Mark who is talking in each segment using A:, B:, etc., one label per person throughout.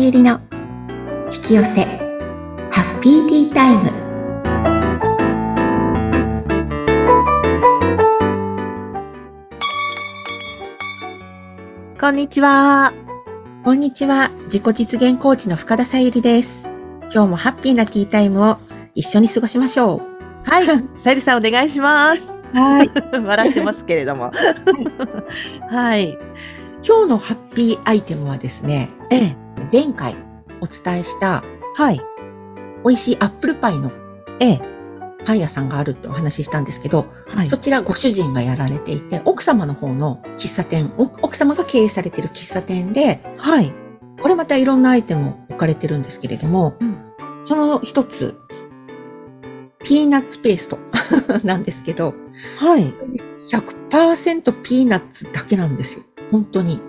A: ゆりの引き寄せハッピーティータイム
B: こんにちは。
A: こんにちは自己実現コーチの深田さゆりです今日もハッピーなティータイムを一緒に過ごしましょ
B: はい、さゆりさんお願いします。
A: うはい
B: 笑ってますけれども。はい。
A: 今日のハッピーアイテムはですね
B: ええ。
A: 前回お伝えした
B: はい。
A: 美味しいアップルパイの
B: ええ。
A: パン屋さんがあるってお話ししたんですけど、
B: はい
A: そ。ちらご主人がやられていて、奥様の方の喫茶店、お奥様が経営されている喫茶店で、
B: はい。
A: これまたいろんなアイテムを置かれてるんですけれども、その一つ、ピーナッツペースト なんですけど、
B: はい。
A: 100%ピーナッツだけなんですよ。本当に。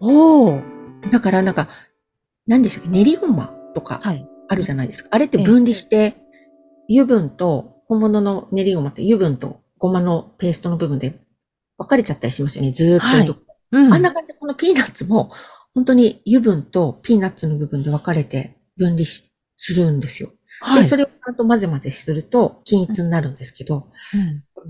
B: おー。
A: だからなんか、何でしたっけ、練りごまとか
B: はい。
A: あるじゃないですか。あれって分離して、油分と、本物の練りごまって油分とごまのペーストの部分で分かれちゃったりしますよね。ずーっと置いとく、
B: うん
A: あんな感じでこのピーナッツも、本当に油分とピーナッツの部分で分かれて分離しするんですよ。
B: は
A: で、
B: い。
A: それをちゃんと混ぜ混ぜすると均一になるんですけど、
B: う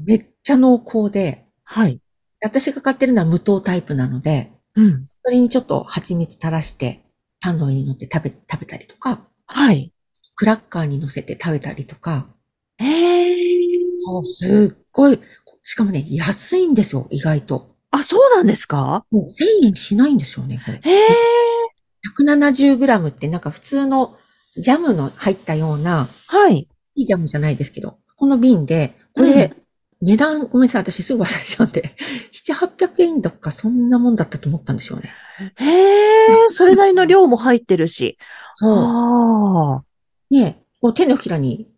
B: ん
A: めっちゃ濃厚で、
B: はい。
A: 私が買ってるのは無糖タイプなので、
B: うん。
A: それにちょっと蜂蜜垂らして、パンの上に乗って食べ、食べたりとか、
B: はい。
A: クラッカーに乗せて食べたりとか、
B: えー。
A: そう、すっごい、しかもね、安いんですよ、意外と。
B: あ、そうなんですか
A: もう1000円しないんですよね、これ。
B: えー。
A: 170g ってなんか普通のジャムの入ったような、
B: はい。
A: いいジャムじゃないですけど、この瓶で、これ、値段、ごめんなさい、私すぐ忘れちゃうんで、7、800円だかそんなもんだったと思ったんですよね。
B: えー。それなりの量も入ってるし。
A: そう。
B: ああ。
A: ねこう手のひらに、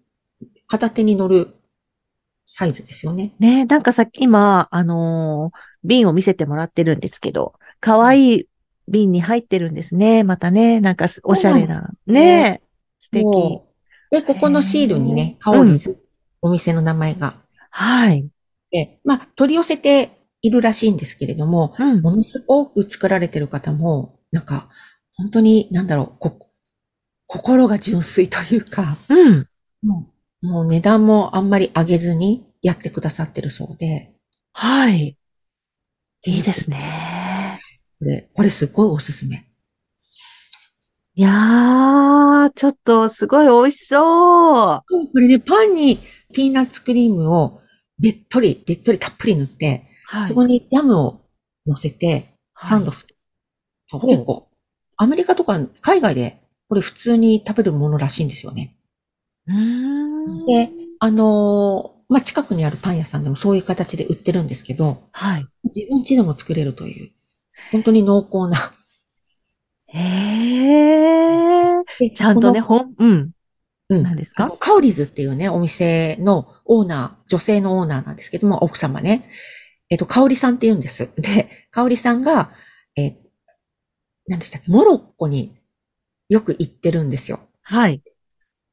A: 片手に乗るサイズですよね。
B: ねなんかさっき今、あのー瓶を見せてもらってるんですけど、可愛い瓶に入ってるんですね。またね、なんかすおしゃれな。ね素敵。
A: もうで、ここのシールにね、
B: へー
A: カオリズ、お店の名前が
B: はい。
A: で、まあ、取り寄せているらしいんですけれども、
B: うん。
A: ものすごく作られてる方も、なんか、本当に、なんだろう、こ、心が純粋というか、
B: うん。
A: もうもう値段もあんまり上げずにやってくださってるそうで。
B: はい。いいですね。
A: これ、これすごいおすすめ。
B: いやー、ちょっとすごい美味しそう。
A: これね、パンにピーナッツクリームをべっとり、べっとりたっぷり塗って、
B: は
A: そこにジャムを乗せてサンドする。
B: ほう
A: 結構、アメリカとか海外でこれ普通に食べるものらしいんですよね。
B: うーん。
A: であのーまあ、近くにあるパン屋さんでもそういう形で売ってるんですけど、
B: はい。
A: 自分家でも作れるという、本当に濃厚 な。
B: えー。ちゃんとね、ほん、うん。
A: うん
B: なんです
A: あ
B: か
A: のカオリズっていうね、お店のオーナー、女性のオーナーなんですけども、奥様ね。えっと、カオリさんって言うんです。で、カオリさんが、え、何でしたっけ、モロッコによく行ってるんですよ。
B: はい。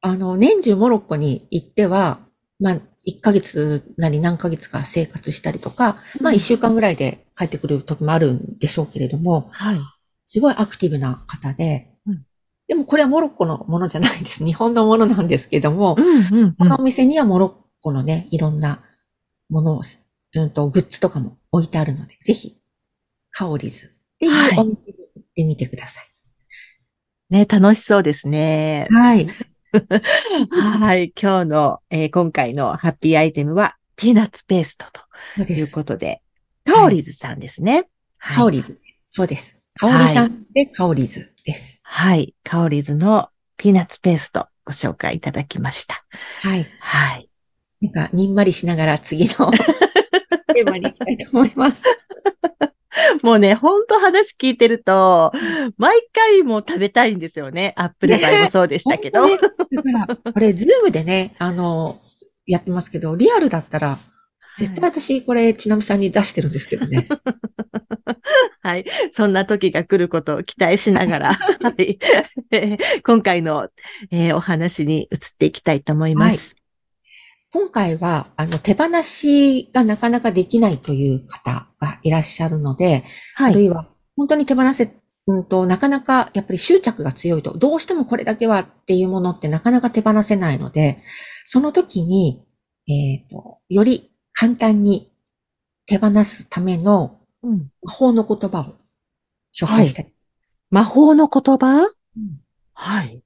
A: あの、年中モロッコに行っては、まあ、1ヶ月なり何ヶ月か生活したりとか、まあ、
B: うん
A: 1週間ぐらいで帰ってくる時もあるんでしょうけれども、
B: はい。
A: すごいアクティブな方で
B: うん、
A: でもこれはモロッコのものじゃないです。日本のものなんですけども、
B: うん、うん、
A: こ
B: うん
A: の。お店にはモロッコのね、いろんなものを、うんと、グッズとかも置いてあるので、ぜひ、カオリズってい
B: はいう
A: お店に行ってみてください。
B: ね、楽しそうですね。
A: はい。
B: はい。今日の、えー今回のハッピーアイテムは、ピーナッツペースト
A: そう
B: と
A: で
B: いう
A: す。
B: ことで、
A: はい
B: カオリズさんですね。はい。
A: カオリズ。そうです。カオリさんでカオリズです。
B: はい。カオリズのピーナッツペーストご紹介いただきました。
A: はい。
B: はい。
A: なんか、にんまりしながら次 のテーマに行きたいと思います。
B: もうね、ほんと話聞いてると、毎回もう食べたいんですよね。アップルパイもそうでしたけど。
A: 本当ねだから、これ、ズームでね、あの、やってますけど、リアルだったら、絶対私、これ、ちなみさんに出してるんですけどね。
B: はい。そんな時が来ることを期待し ながら、はい。 えー今回の、えーお話に移っていきたいと思います。
A: 今回は、あの、手放しがなかなかできないという方がいらっしゃるので、
B: は
A: ある
B: い。
A: いは、本当に手放せうんと、なかなかやっぱり執着が強いと、どうしてもこれだけはっていうものってなかなか手放せないので、その時に、えっ、と、より簡単に手放すための
B: うん。
A: 魔法の言葉を紹介したい。
B: 魔法の言葉
A: うん
B: はい。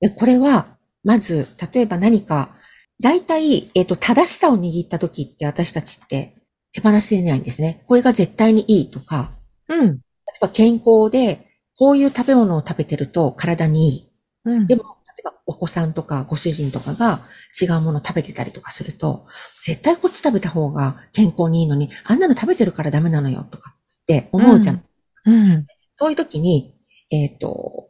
A: でこれは、まず、例えば何か、大体、えっ、と、正しさを握った時って私たちって手放せないんですね。これが絶対にいいとか、
B: うん。
A: 例えば健康で、こういう食べ物を食べてると体にいい。
B: うん
A: でも、例えばお子さんとかご主人とかが違うもの食べてたりとかすると、絶対こっち食べた方が健康にいいのに、あんなの食べてるからダメなのよとかって思うじゃん。
B: うんうん。
A: そういう時に、えっ、と、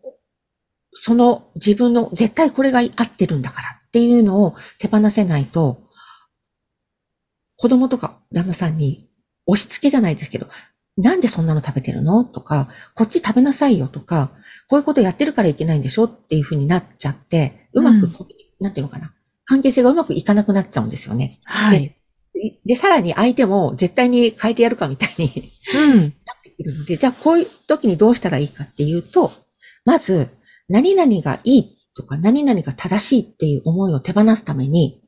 A: その自分の絶対これが合ってるんだからっていうのを手放せないと、子供とか旦那さんに押し付けじゃないですけど、なんでそんなの食べてるのとか、こっち食べなさいよとか、こういうことやってるからいけないんでしょっていうふうになっちゃって、うま
B: う
A: く
B: ん
A: コミュニ、なんていうのかな。関係性がうまくいかなくなっちゃうんですよね。
B: はい。
A: で、でさらに相手も絶対に変えてやるかみたいに
B: うん。
A: いるので、じゃあこういう時にどうしたらいいかっていうと、まず、何々がいいとか、何々が正しいっていう思いを手放すために、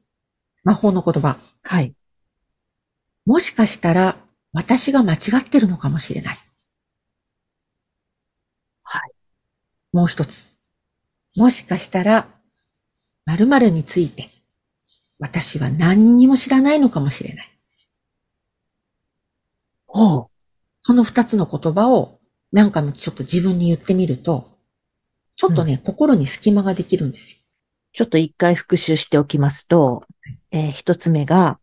A: 魔法の言葉、
B: はい。
A: もしかしたら私が間違ってるのかもしれない。
B: はい。
A: もう一つ。もしかしたら、〇〇について、私は何にも知らないのかもしれない。
B: ほう。
A: この二つの言葉を何回もちょっと自分に言ってみると、ちょっとね、心に隙間ができるんですよ。
B: ちょっと一回復習しておきますと、えー一つ目が、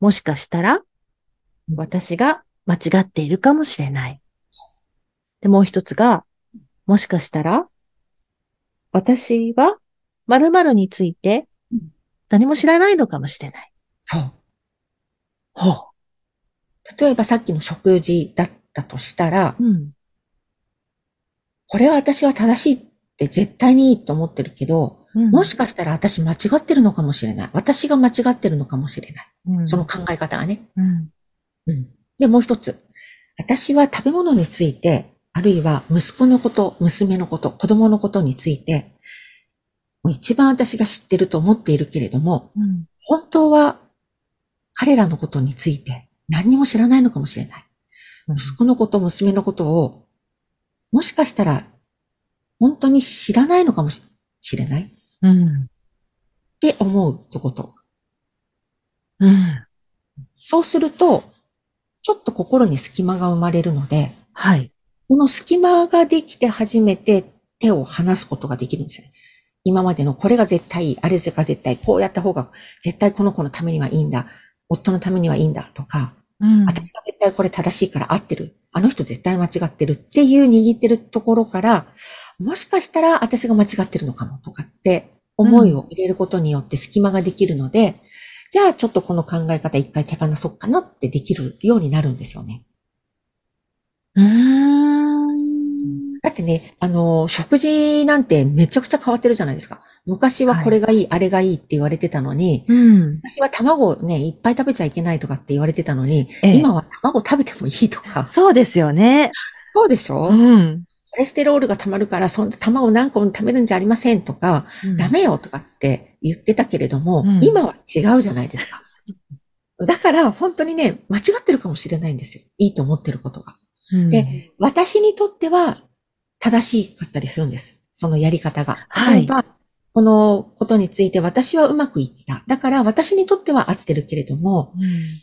B: もしかしたら、私が間違っているかもしれない。で、もう一つが、もしかしたら、私は〇〇について
A: うん
B: 何も知らないのかもしれない。
A: そう。
B: ほ
A: 例えばさっきの食事だったとしたら、
B: う。うん。
A: これは私は正しいって絶対にいいと思ってるけど、もしかしたら私間違ってるのかもしれない。私が間違ってるのかもしれない。
B: うん
A: その、考え方がね。
B: うん。
A: うん。で、もう一つ。私は食べ物について、あるいは息子のこと、娘のこと、子供のことについて、もう一番私が知ってると思っているけれども、
B: うん。
A: 本当は彼らのことについて何にも知らないのかもしれない。息子のこと、娘のことを、もしかしたら本当に知らないのかもしれないっ
B: うん。
A: て思うってこと。
B: うん。
A: そうすると、ちょっと心に隙間が生まれるので、
B: はい。
A: この隙間ができて初めて手を離すことができるんですよね。今までのこれが絶対いい、あれが絶対、こうやった方が絶対この子のためにはいいんだ、夫のためにはいいんだとか、
B: うん
A: 私が絶対これ正しいから合ってる。あの人絶対間違ってるっていう握ってるところから、もしかしたら私が間違ってるのかもとかって思いを入れることによって隙間ができるので、じゃあちょっとこの考え方一回手放そうかなってできるようになるんですよね。
B: うーん。
A: だってね、あの、食事なんてめちゃくちゃ変わってるじゃないですか。昔はこれがいい、あれがいいって言われてたのに、
B: うん。
A: 昔は卵をね、いっぱい食べちゃいけないとかって言われてたのに、
B: ええ
A: 今は卵食べてもいいとか。
B: そうですよね。
A: そうでしょ
B: ん。
A: コレステロールが溜まるから、そんな卵何個も食べるんじゃありませんとか、ダメよとかって言ってたけれども、
B: うん
A: 今は違うじゃないです か。だから、本当にね、間違ってるかもしれないんですよ。いいと思ってることが。
B: うん
A: で、私にとっては正しかったりするんです。そのやり方が。
B: はい
A: 例えば、このことについて私はうまくいった。だから、私にとっては合ってるけれども、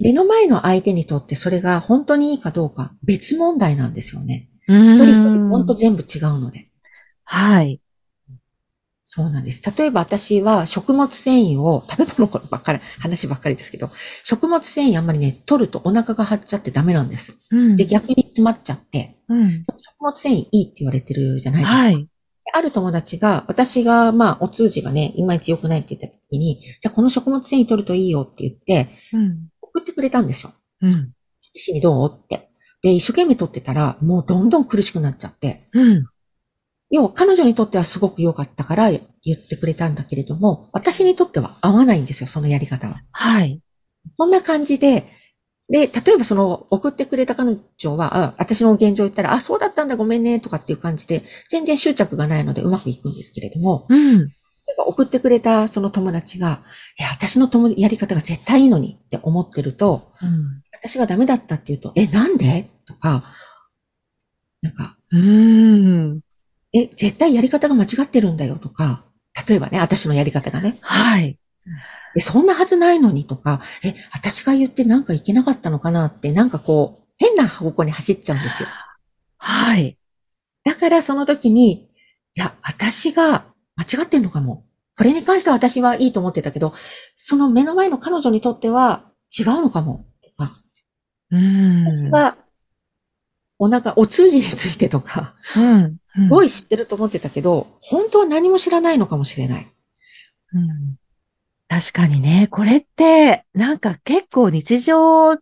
A: 目の前の相手にとってそれが本当にいいかどうか別問題なんですよね。
B: うん
A: 一人一人本当全部違うので。
B: はい。
A: そうなんです。例えば私は食物繊維を、食べ物ばっかり、話ばっかりですけど、食物繊維あんまりね、取るとお腹が張っちゃってダメなんです。
B: うん
A: で、逆に詰まっちゃって、
B: うん
A: 食物繊維いいって言われてるじゃないですか。
B: はい。
A: である友達が、私が、まあ、お通じがね、いまいち良くないって言った時に、じゃあこの食物繊維取るといいよって言って、
B: うん
A: 送ってくれたんですよ。
B: うん
A: 医師にどうって。で、一生懸命取ってたら、もうどんどん苦しくなっちゃって、
B: うん
A: 要は彼女にとってはすごく良かったから言ってくれたんだけれども、私にとっては合わないんですよ、そのやり方は。
B: はい。
A: こんな感じで、で、例えばその送ってくれた彼女は、あ私の現状言ったら、あ、そうだったんだ、ごめんね、とかっていう感じで、全然執着がないのでうまくいくんですけれども、
B: うん。
A: 例えば送ってくれたその友達が、いや、私の友やり方が絶対いいのにって思ってると、私がダメだったっていうと、え、なんでとか、なんか、
B: うん。
A: え、絶対やり方が間違ってるんだよとか、例えばね、私のやり方がね、
B: はい。
A: え、そんなはずないのにとか、え、私が言ってなんかいけなかったのかなって、なんかこう、変な方向に走っちゃうんですよ。
B: はい。
A: だからその時に、いや、私が間違ってんのかも。これに関しては私はいいと思ってたけど、その目の前の彼女にとっては違うのかも。とか
B: うん。
A: 私は、お腹、お通じについてとか、
B: うん。
A: すごい知ってると思ってたけど、本当は何も知らないのかもしれない。
B: うん。確かにね、これって、なんか結構日常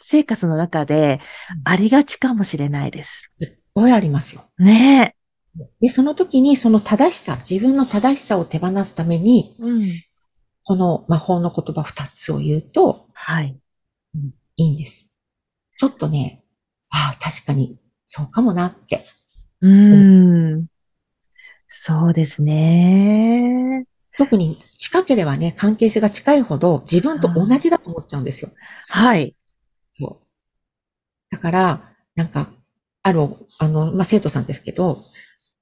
B: 生活の中でありがちかもしれないです。
A: すっごいありますよ。
B: ね
A: で、その時にその正しさ、自分の正しさを手放すために、
B: え。うん。
A: この魔法の言葉二つを言うと
B: はい。
A: いいんです。ちょっとね、ああ、確かに、そうかもなって。
B: うん。そうですね。
A: 特に近ければね、関係性が近いほど自分と同じだと思っちゃうんですよ。
B: はい。
A: そう。だから、なんか、ある、あの、まあ、生徒さんですけど、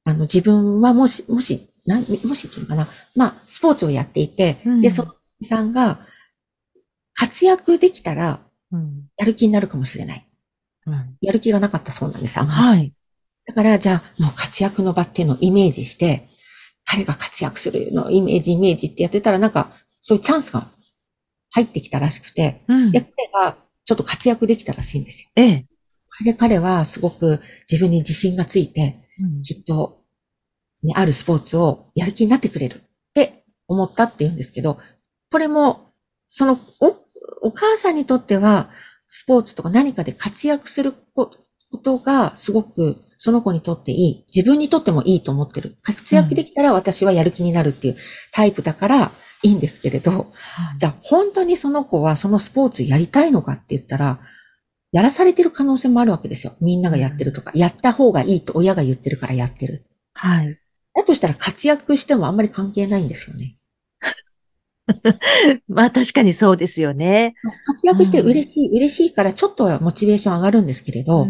A: あの、自分はもし、もし、なん、もしっていうのかな、まあ、スポーツをやっていて、
B: うん
A: で、そのおじさんが、活躍できたら、
B: うん。
A: やる気になるかもしれない。
B: うん
A: やる気がなかったそうなんです、あんまり
B: はい。
A: だから、じゃあ、もう活躍の場っていうのをイメージして、彼が活躍するのをイメージ、イメージってやってたら、なんか、そういうチャンスが入ってきたらしくて、
B: うん
A: で、彼がちょっと活躍できたらしいんですよ。
B: ええ。
A: で、彼はすごく自分に自信がついて、
B: うん
A: きっと、ね、あるスポーツをやる気になってくれるって思ったって言うんですけど、これも、その、お、お母さんにとっては、スポーツとか何かで活躍するこことが、すごく、その子にとっていい、自分にとってもいいと思ってる。活躍できたら私はやる気になるっていうタイプだから、いいんですけれど、じゃあ本当にその子はそのスポーツやりたいのかって言ったら、やらされてる可能性もあるわけですよ。みんながやってるとか、やった方がいいと親が言ってるからやってる。
B: はい。
A: だとしたら活躍してもあんまり関係ないんですよね。
B: まあ確かにそうですよね。
A: 活躍して嬉しい、嬉しいからちょっとはモチベーション上がるんですけれど、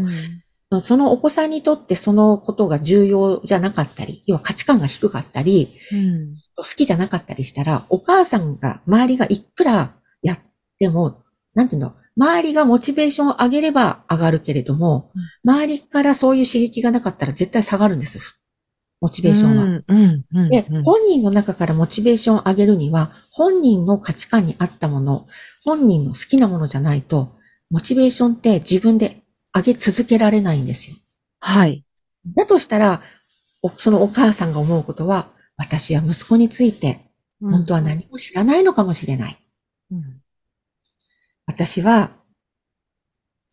A: そのお子さんにとってそのことが重要じゃなかったり、要は価値観が低かったり、
B: うん
A: 好きじゃなかったりしたら、お母さんが、周りがいくらやっても、なんていうの、周りがモチベーションを上げれば上がるけれども、周りからそういう刺激がなかったら絶対下がるんです。モチベーションは。
B: うんうんうん
A: で
B: う、ん
A: 本人の中からモチベーションを上げるには、本人の価値観に合ったもの、本人の好きなものじゃないと、モチベーションって自分で上げ続けられないんですよ。
B: はい。
A: だとしたら、おそのお母さんが思うことは、私は息子について本当は何も知らないのかもしれない。
B: うん
A: 私は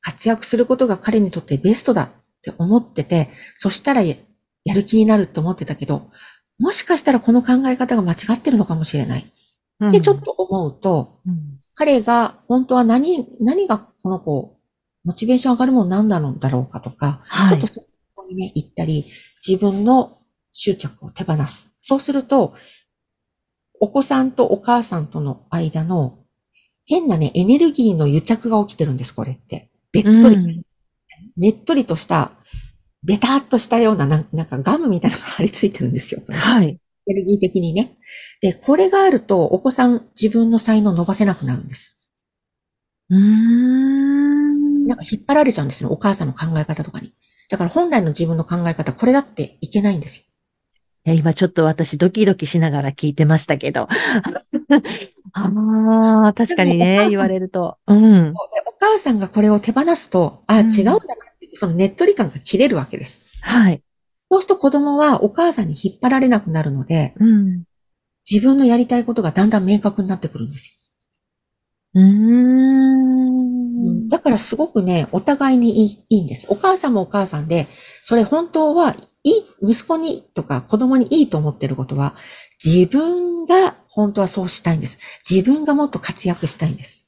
A: 活躍することが彼にとってベストだって思ってて、そしたらややる気になると思ってたけど、もしかしたらこの考え方が間違ってるのかもしれない。
B: うん
A: で、ちょっと思うと、
B: うん
A: 彼が本当は何、何がこの子、モチベーション上がるものなんなんだろうかとか、
B: はい
A: ちょっとそこにね、行ったり、自分の執着を手放す。そうすると、お子さんとお母さんとの間の変なね、エネルギーの癒着が起きてるんです、これって。べっとり、
B: うん
A: ねっとりとした、べたっとしたようななん、なんかガムみたいなのが貼り付いてるんですよ。
B: はい。
A: エネルギー的にね。で、これがあると、お子さん自分の才能を伸ばせなくなるんです。
B: うーん
A: なんか引っ張られちゃうんですよ、お母さんの考え方とかに。だから本来の自分の考え方、これだっていけないんですよ。
B: いや今ちょっと私ドキドキしながら聞いてました けど。ああ、確かに
A: でもお母さ
B: ね、
A: ん
B: 言われると。うん。
A: そうでお母さんがこれを手放すと、あ、
B: うん
A: 違うんだなっていう、そのねっとり感が切れるわけです。
B: はい。
A: そうすると子供はお母さんに引っ張られなくなるので、
B: うん。
A: 自分のやりたいことがだんだん明確になってくるんです
B: うー
A: よ。
B: ん。
A: だからすごくね、お互いにいいいいんです。お母さんもお母さんで、それ本当はいい、息子にとか子供にいいと思ってることは、自分が本当はそうしたいんです。自分がもっと活躍したいんです。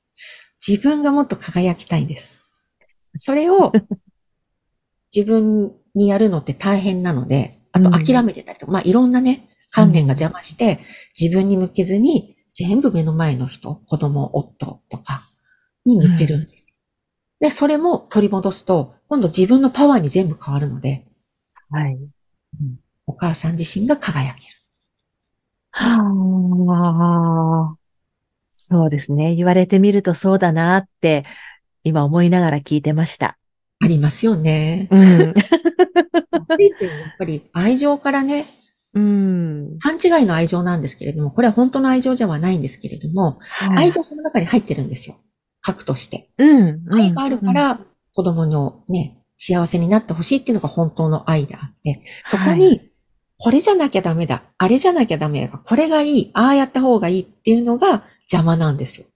A: 自分がもっと輝きたいんです。それ を自分にやるのって大変なので、あと
B: うん
A: 諦めてたりとか、まあいろんなね、観念が邪魔して、自分に向けずに、全部目の前の人、子供、夫とかに向けるんです。で、それも取り戻すと、今度自分のパワーに全部変わるので、
B: はい。
A: お母さん自身が輝ける。
B: はあ。そうですね。言われてみるとそうだなって、今思いながら聞いてました。
A: ありますよね。
B: うん。
A: やっぱり愛情からね、
B: うん。
A: 勘違いの愛情なんですけれども、これは本当の愛情じゃないんですけれども、
B: はい
A: 愛情その中に入ってるんですよ。核として。
B: うん。うん
A: 愛があるか、ら、子供のね、幸せになってほしいっていうのが本当の愛であって、そこ
B: はい
A: に、これじゃなきゃダメだ、あれじゃなきゃダメだ、これがいい、ああやった方がいいっていうのが邪魔なんですよ。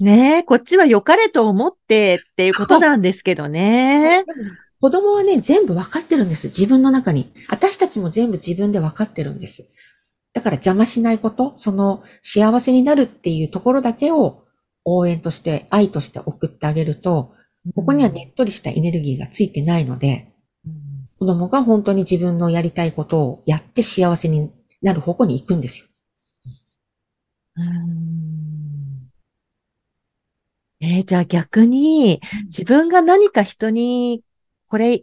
B: ねえ、こっちは良かれと思ってっていうことなんですけどね。
A: でも子供はね、全部分かってるんです。自分の中に。私たちも全部自分で分かってるんです。だから邪魔しないこと、その幸せになるっていうところだけを応援として、愛として送ってあげると、ここにはねっとりしたエネルギーがついてないので、
B: うん。
A: 子供が本当に自分のやりたいことをやって幸せになる方向に行くんですよ。
B: うんえーじゃあ逆に、自分が何か人に、これ、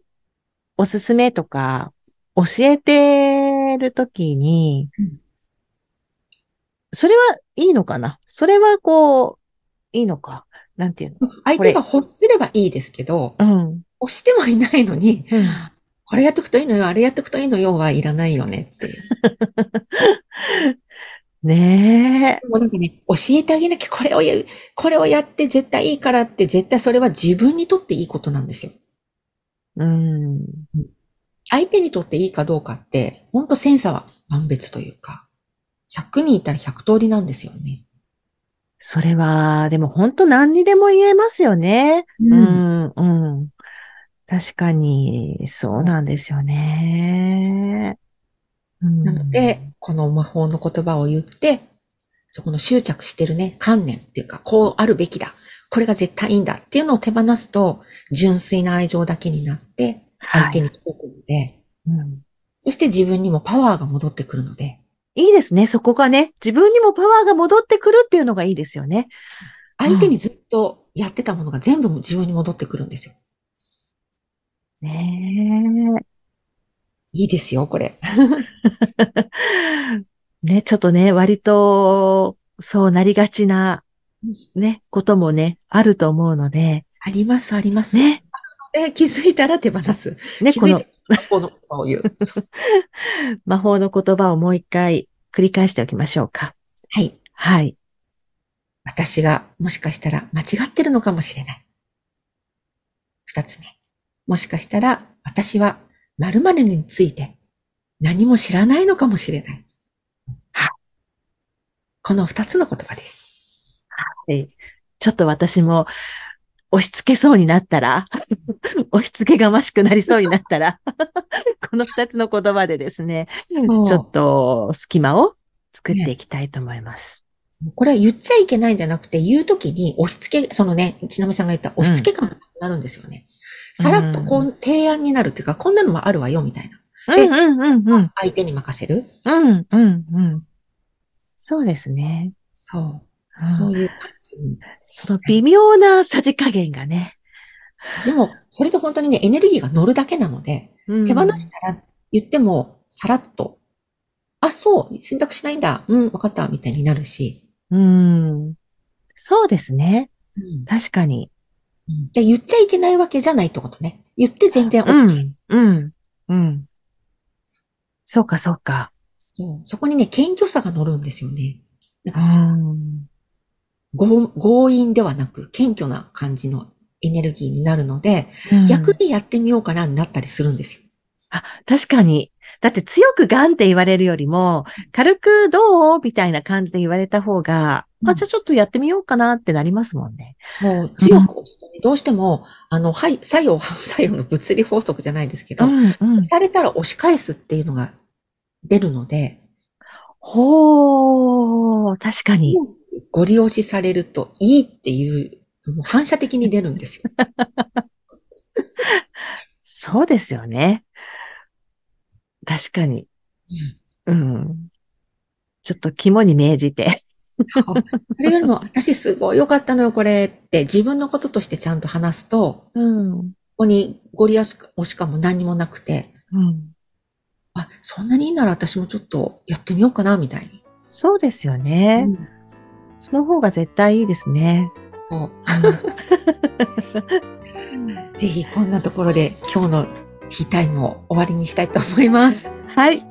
B: おすすめとか、教えてるときに
A: うん、
B: それはいいのかなそれはこう、いいのかなんていうの
A: 相手が欲すればいいですけど、
B: うん。
A: 欲してもいないのに、
B: うん
A: これやっとくといいのよ、あれやっとくといいのよはいらないよねっていう。
B: ねえ。
A: でもなんかね、教えてあげなきゃこれをやる、これをやって絶対いいからって絶対それは自分にとっていいことなんですよ。
B: うん。
A: 相手にとっていいかどうかって、ほんとセンサーは万別というか、100人いたら100通りなんですよね。
B: それは、でも本当何にでも言えますよね。う
A: うん
B: ん、うん。確かに、そうなんですよね。うん
A: なので、、この魔法の言葉を言って、そこの執着してるね、観念っていうか、こうあるべきだ。これが絶対いいんだっていうのを手放すと、純粋な愛情だけになって、
B: は
A: 相
B: い
A: 手に届くので、
B: うん
A: そして自分にもパワーが戻ってくるので、
B: いいですね。そこがね、自分にもパワーが戻ってくるっていうのがいいですよね。
A: 相手にずっとやってたものが全部自分に戻ってくるんですよ。
B: ね
A: いいですよ、これ。
B: え。ね、ちょっとね、割と、そうなりがちな、ね、こともね、あると思うので、
A: あります、あります。
B: ね、
A: で気づいたら手放す。
B: ね、
A: 気
B: こ
A: づい
B: の
A: てこの言葉を言う。
B: 魔法の言葉をもう一回繰り返しておきましょうか。
A: はい。
B: はい。
A: 私がもしかしたら間違ってるのかもしれない。二つ目。もしかしたら私は〇〇について何も知らないのかもしれない。
B: はい
A: この二つの言葉です。
B: えちょっと私も、押し付けそうになったら、 押し付けがましくなりそうになったら、 この二つの言葉でですね、
A: もう
B: ちょっと隙間を作っていきたいと思います。
A: これは言っちゃいけないんじゃなくて、言うときに押し付け、そのね、ちなみさんが言った押し付け感がなるんですよね。
B: うん
A: さらっとこう提案になるっていうか、こんなのもあるわよ、みたいな。
B: うんうんうんうん。
A: 相手に任せる。
B: うんうんうん。そうですね。
A: そうう。
B: ん
A: そういう感じに
B: その微妙なさじ加減がね。
A: でも、それで本当にね、エネルギーが乗るだけなので、手放したら言っても、さらっと、あ、そう、選択しないんだ、うん、わかった、みたいになるし、
B: うん。そうですね。
A: うん、
B: 確かに。
A: で言っちゃいけないわけじゃないってことね。言って全然 OK。
B: うん。うん。うん。そうかそうか。
A: そうそこにね、謙虚さが乗るんですよね。なん
B: う
A: か
B: ん。
A: ご強引ではなく、謙虚な感じのエネルギーになるので、逆
B: 逆
A: にやってみようかなになったりするんですよ。
B: あ、確かに。だって強くガンって言われるよりも、軽くどうみたいな感じで言われた方が、
A: う
B: あ、
A: ん
B: じゃあちょっとやってみようかなってなりますもんね。
A: そう、強く押すとね、どうしても、あの、はい、作用、反作用の物理法則じゃないですけど、
B: ん、うん。
A: されたら押し返すっていうのが出るので、
B: ほおー、確かに。
A: ご利用しされるといいっていう、もう反射的に出るん ですよ。
B: そうですよね。確かに。うん。ちょっと肝に銘じて。
A: これよりも、私すごい良かったのよ、これって自分のこととしてちゃんと話すと、
B: うん。
A: ここにご利用しかおしかも何にもなくて、
B: うん。
A: あ、そんなにいいなら私もちょっとやってみようかな、みたいに。
B: そうですよね。
A: うん
B: その方が絶対いいです ね。
A: もうぜひこんなところで今日のティータイムを終わりにしたいと思います。
B: はい。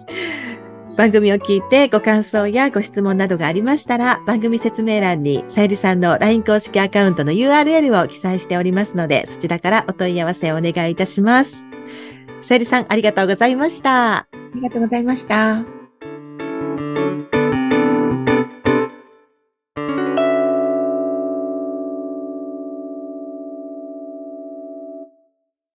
B: 番組を聞いてご感想やご質問などがありましたら、番組説明欄にさゆりさんの LINE 公式アカウントの URL を記載しておりますので、そちらからお問い合わせをお願いいたします。さゆりさん、ありがとうございました。
A: ありがとうございました。